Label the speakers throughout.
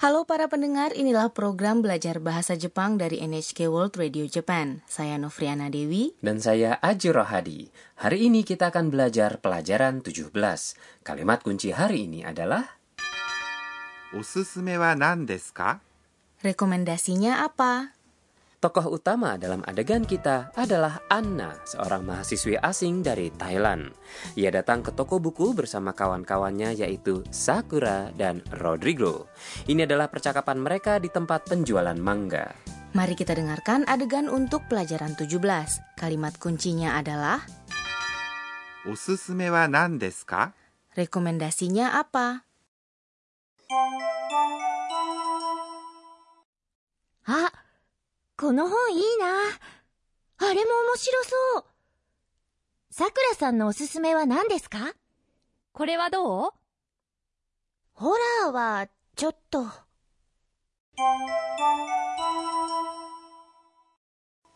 Speaker 1: Halo para pendengar, inilah program belajar bahasa Jepang dari NHK World Radio Japan. Saya Novriana Dewi.
Speaker 2: Dan saya Aji Rohadi. Hari ini kita akan belajar pelajaran 17. Kalimat kunci hari ini adalah
Speaker 3: おすすめは何ですか
Speaker 1: Rekomendasinya apa?
Speaker 2: Tokoh utama dalam adegan kita adalah Anna, seorang mahasiswi asing dari Thailand. Ia datang ke toko buku bersama kawan-kawannya yaitu Sakura dan Rodrigo. Ini adalah percakapan mereka di tempat penjualan manga.
Speaker 1: Mari kita dengarkan adegan untuk pelajaran 17. Kalimat kuncinya adalah
Speaker 3: おすすめは何ですか
Speaker 1: rekomendasinya apa? Ah,
Speaker 4: この本いいな。あれも面白そう。さくらさんのおすすめは何ですかこれはどうホラーは、ちょっと。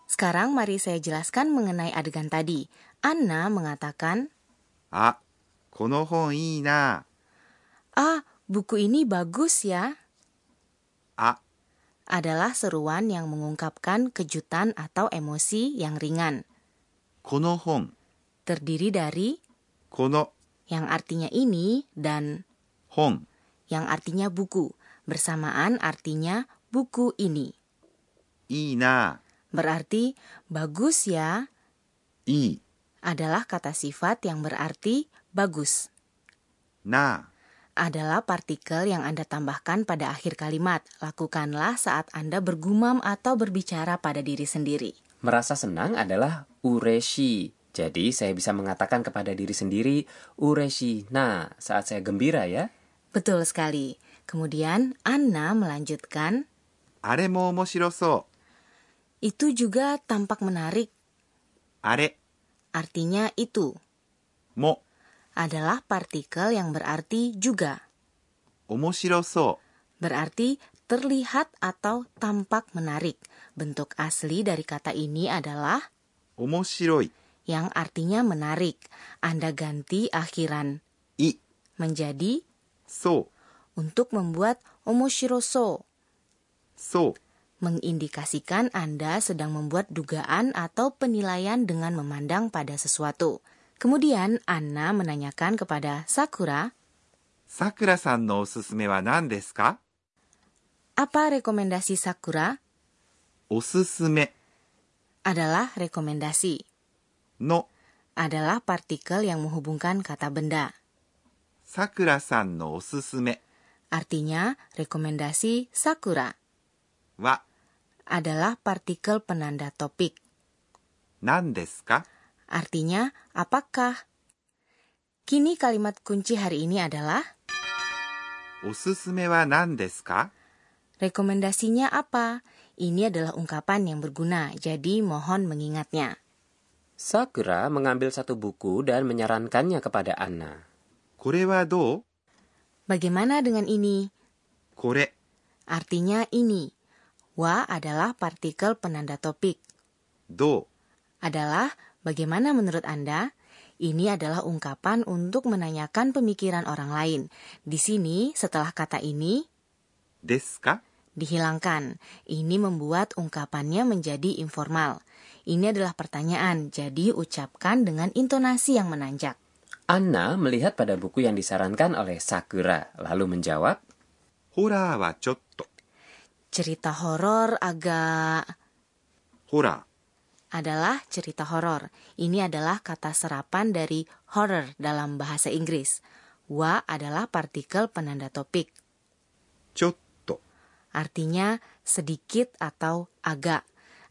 Speaker 1: Sekarang mari saya jelaskan mengenai adegan tadi. Anna mengatakan,
Speaker 3: あこの本いいな
Speaker 1: "Ah, buku ini bagus ya."
Speaker 3: あ
Speaker 1: Adalah seruan yang mengungkapkan kejutan atau emosi yang ringan.
Speaker 3: この本
Speaker 1: Terdiri dari
Speaker 3: この
Speaker 1: yang artinya ini dan
Speaker 3: 本
Speaker 1: yang artinya buku. Bersamaan artinya buku ini.
Speaker 3: いいな
Speaker 1: Berarti bagus ya
Speaker 3: いい
Speaker 1: adalah kata sifat yang berarti bagus.
Speaker 3: な
Speaker 1: adalah partikel yang Anda tambahkan pada akhir kalimat. Lakukanlah saat Anda bergumam atau berbicara pada diri sendiri.
Speaker 2: Merasa senang adalah ureshi. Jadi saya bisa mengatakan kepada diri sendiri ureshi na saat saya gembira ya.
Speaker 1: Betul sekali. Kemudian Anna melanjutkan,
Speaker 3: あれも面白そう
Speaker 1: itu juga tampak menarik.
Speaker 3: あれ
Speaker 1: Artinya itu
Speaker 3: も
Speaker 1: adalah partikel yang berarti juga.
Speaker 3: 面白そ
Speaker 1: Berarti terlihat atau tampak menarik. Bentuk asli dari kata ini adalah
Speaker 3: う面白い
Speaker 1: yang artinya menarik. Anda ganti akhiran
Speaker 3: い
Speaker 1: menjadi
Speaker 3: そう
Speaker 1: untuk membuat omoshiroso,
Speaker 3: そう
Speaker 1: mengindikasikan Anda sedang membuat dugaan atau penilaian dengan memandang pada sesuatu. Kemudian Anna menanyakan kepada Sakura,
Speaker 3: さくらさんのおすすめは何ですか
Speaker 1: apa rekomendasi Sakura?
Speaker 3: おすすめ
Speaker 1: Adalah rekomendasi,
Speaker 3: の
Speaker 1: adalah partikel yang menghubungkan kata benda.
Speaker 3: さくらさんのおすすめ
Speaker 1: Artinya, rekomendasi Sakura
Speaker 3: は
Speaker 1: adalah partikel penanda topik.
Speaker 3: 何ですか
Speaker 1: Artinya, apakah? Kini kalimat kunci hari ini adalah
Speaker 3: おすすめは何ですか
Speaker 1: Rekomendasinya apa? Ini adalah ungkapan yang berguna, jadi mohon mengingatnya.
Speaker 2: Sakura mengambil satu buku dan menyarankannya kepada Anna.
Speaker 3: これはどう
Speaker 1: Bagaimana dengan ini?
Speaker 3: これ
Speaker 1: Artinya ini. Wa adalah partikel penanda topik.
Speaker 3: どう
Speaker 1: Adalah bagaimana menurut Anda? Ini adalah ungkapan untuk menanyakan pemikiran orang lain. Di sini, setelah kata ini,
Speaker 3: ですか
Speaker 1: dihilangkan. Ini membuat ungkapannya menjadi informal. Ini adalah pertanyaan, jadi ucapkan dengan intonasi yang menanjak.
Speaker 2: Anna melihat pada buku yang disarankan oleh Sakura, lalu menjawab,
Speaker 3: ホラーはちょっと
Speaker 1: cerita horor agak
Speaker 3: ホラー
Speaker 1: adalah cerita horor. Ini adalah kata serapan dari horror dalam bahasa Inggris. Wa adalah partikel penanda topik,
Speaker 3: ちょっと
Speaker 1: artinya sedikit atau agak.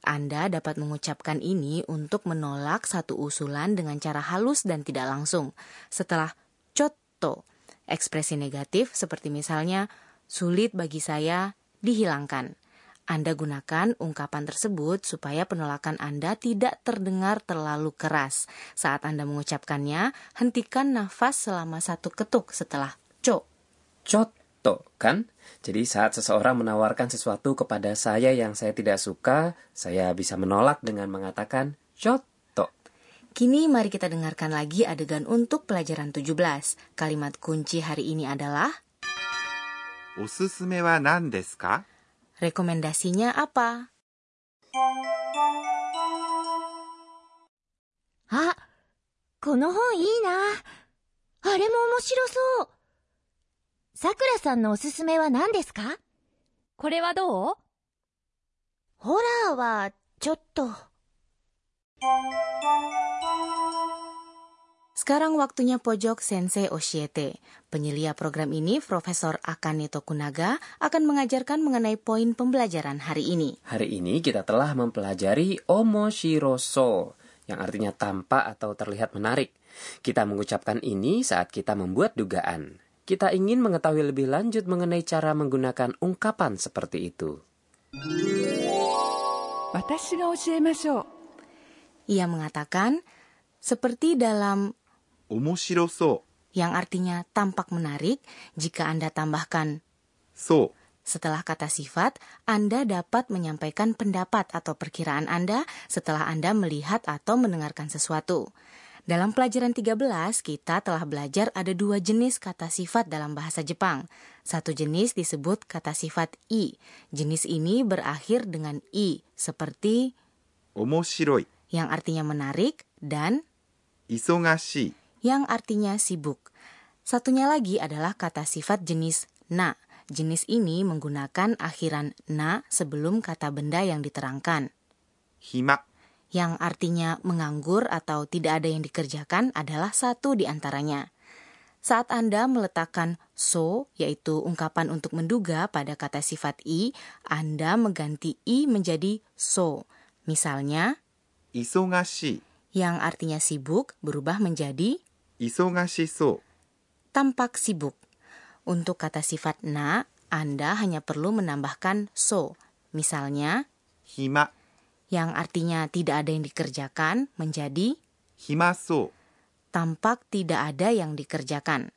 Speaker 1: Anda dapat mengucapkan ini untuk menolak satu usulan dengan cara halus dan tidak langsung. Setelah coto, ekspresi negatif seperti misalnya sulit bagi saya dihilangkan. Anda gunakan ungkapan tersebut supaya penolakan Anda tidak terdengar terlalu keras. Saat Anda mengucapkannya, hentikan nafas selama satu ketuk setelah co.
Speaker 2: Coto, kan? Jadi saat seseorang menawarkan sesuatu kepada saya yang saya tidak suka, saya bisa menolak dengan mengatakan coto.
Speaker 1: Kini mari kita dengarkan lagi adegan untuk pelajaran 17. Kalimat kunci hari ini adalah
Speaker 3: おすすめは何ですか
Speaker 1: Rekomendasinya apa?
Speaker 4: あ、この本いいな。あれも面白そう。さくらさんのおすすめは何ですかこれはどうホラーは、ちょっと。
Speaker 1: Sekarang waktunya pojok Sensei Oshiete. Penyelia program ini, Profesor Akane Tokunaga, akan mengajarkan mengenai poin pembelajaran hari ini.
Speaker 2: Hari ini kita telah mempelajari omoshiroso, yang artinya tampak atau terlihat menarik. Kita mengucapkan ini saat kita membuat dugaan. Kita ingin mengetahui lebih lanjut mengenai cara menggunakan ungkapan seperti itu.
Speaker 5: 私が教えましょう
Speaker 1: Ia mengatakan, seperti dalam
Speaker 3: 面白そ
Speaker 1: yang artinya tampak menarik, jika Anda tambahkan
Speaker 3: う。そ
Speaker 1: Setelah kata sifat, Anda dapat menyampaikan pendapat atau perkiraan Anda setelah Anda melihat atau mendengarkan sesuatu. Dalam pelajaran 13, kita telah belajar ada dua jenis kata sifat dalam bahasa Jepang. Satu jenis disebut kata sifat i. Jenis ini berakhir dengan i, seperti
Speaker 3: う。面白い。
Speaker 1: yang artinya menarik dan
Speaker 3: 忙しい。
Speaker 1: yang artinya sibuk. Satunya lagi adalah kata sifat jenis na. Jenis ini menggunakan akhiran na sebelum kata benda yang diterangkan.
Speaker 3: 暇。
Speaker 1: Yang artinya menganggur atau tidak ada yang dikerjakan adalah satu di antaranya. Saat Anda meletakkan so, yaitu ungkapan untuk menduga pada kata sifat i, Anda mengganti i menjadi so. Misalnya,
Speaker 3: 忙し
Speaker 1: yang artinya sibuk berubah menjadi
Speaker 3: い。忙しそ
Speaker 1: tampak sibuk. Untuk kata sifat na, Anda hanya perlu menambahkan so. Misalnya,
Speaker 3: う。暇。
Speaker 1: yang artinya tidak ada yang dikerjakan menjadi
Speaker 3: 暇そう。
Speaker 1: tampak tidak ada yang dikerjakan.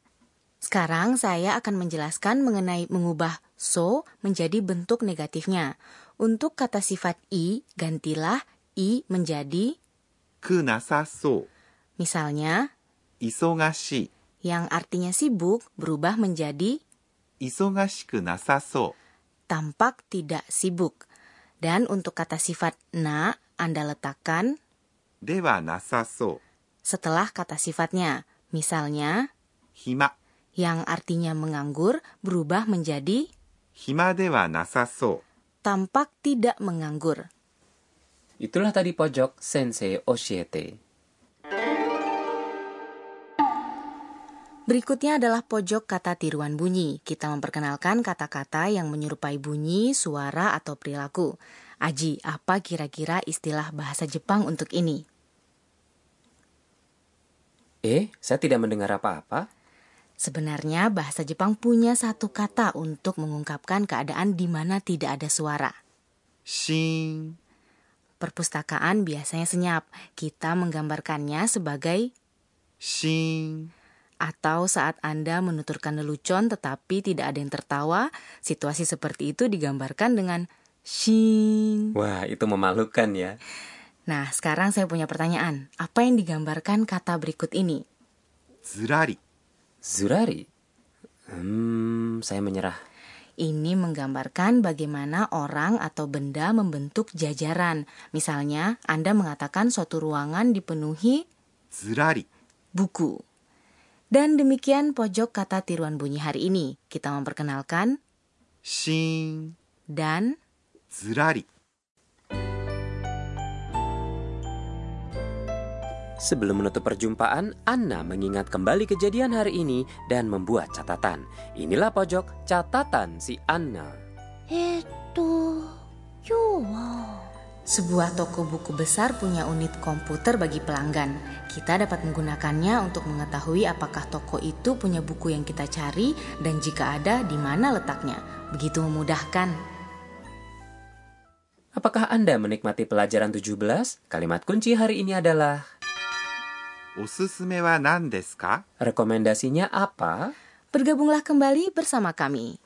Speaker 1: Sekarang saya akan menjelaskan mengenai mengubah so menjadi bentuk negatifnya. Untuk kata sifat i, gantilah i menjadi
Speaker 3: くなさそう。
Speaker 1: misalnya
Speaker 3: 忙し
Speaker 1: yang artinya sibuk berubah menjadi
Speaker 3: い。忙しくなさそ
Speaker 1: tampak tidak sibuk. Dan untuk kata sifat na, Anda letakkan
Speaker 3: う。ではなさそう。
Speaker 1: setelah kata sifatnya. Misalnya,
Speaker 3: 暇。
Speaker 1: yang artinya menganggur berubah menjadi
Speaker 3: 暇ではなさそう。
Speaker 1: tampak tidak menganggur.
Speaker 2: Itulah tadi pojok Sensei Oshiete.
Speaker 1: Berikutnya adalah pojok kata tiruan bunyi. Kita memperkenalkan kata-kata yang menyerupai bunyi, suara, atau perilaku. Aji, apa kira-kira istilah bahasa Jepang untuk ini?
Speaker 2: Eh, saya tidak mendengar apa-apa.
Speaker 1: Sebenarnya bahasa Jepang punya satu kata untuk mengungkapkan keadaan di mana tidak ada suara.
Speaker 3: シーン。
Speaker 1: Perpustakaan biasanya senyap. Kita menggambarkannya sebagai
Speaker 3: シーン。
Speaker 1: atau saat Anda menuturkan lelucon tetapi tidak ada yang tertawa, situasi seperti itu digambarkan dengan shing.
Speaker 2: Wah, itu memalukan ya.
Speaker 1: Nah, sekarang saya punya pertanyaan. Apa yang digambarkan kata berikut ini?
Speaker 3: ずらり。
Speaker 2: Zurari. Hmm, saya menyerah.
Speaker 1: Ini menggambarkan bagaimana orang atau benda membentuk jajaran. Misalnya, Anda mengatakan suatu ruangan dipenuhi
Speaker 3: ずらり。
Speaker 1: buku. Dan demikian pojok kata tiruan bunyi hari ini. Kita memperkenalkan
Speaker 3: シーン。
Speaker 1: dan
Speaker 3: ずらり。
Speaker 2: Sebelum menutup perjumpaan, Anna mengingat kembali kejadian hari ini dan membuat catatan. Inilah pojok catatan si Anna.
Speaker 4: えーっと、今日は、
Speaker 1: sebuah toko buku besar punya unit komputer bagi pelanggan. Kita dapat menggunakannya untuk mengetahui apakah toko itu punya buku yang kita cari dan jika ada di mana letaknya. Begitu memudahkan.
Speaker 2: Apakah Anda menikmati pelajaran 17? Kalimat kunci hari ini adalah
Speaker 3: おすすめは何ですか
Speaker 2: rekomendasinya apa?
Speaker 1: Bergabunglah kembali bersama kami.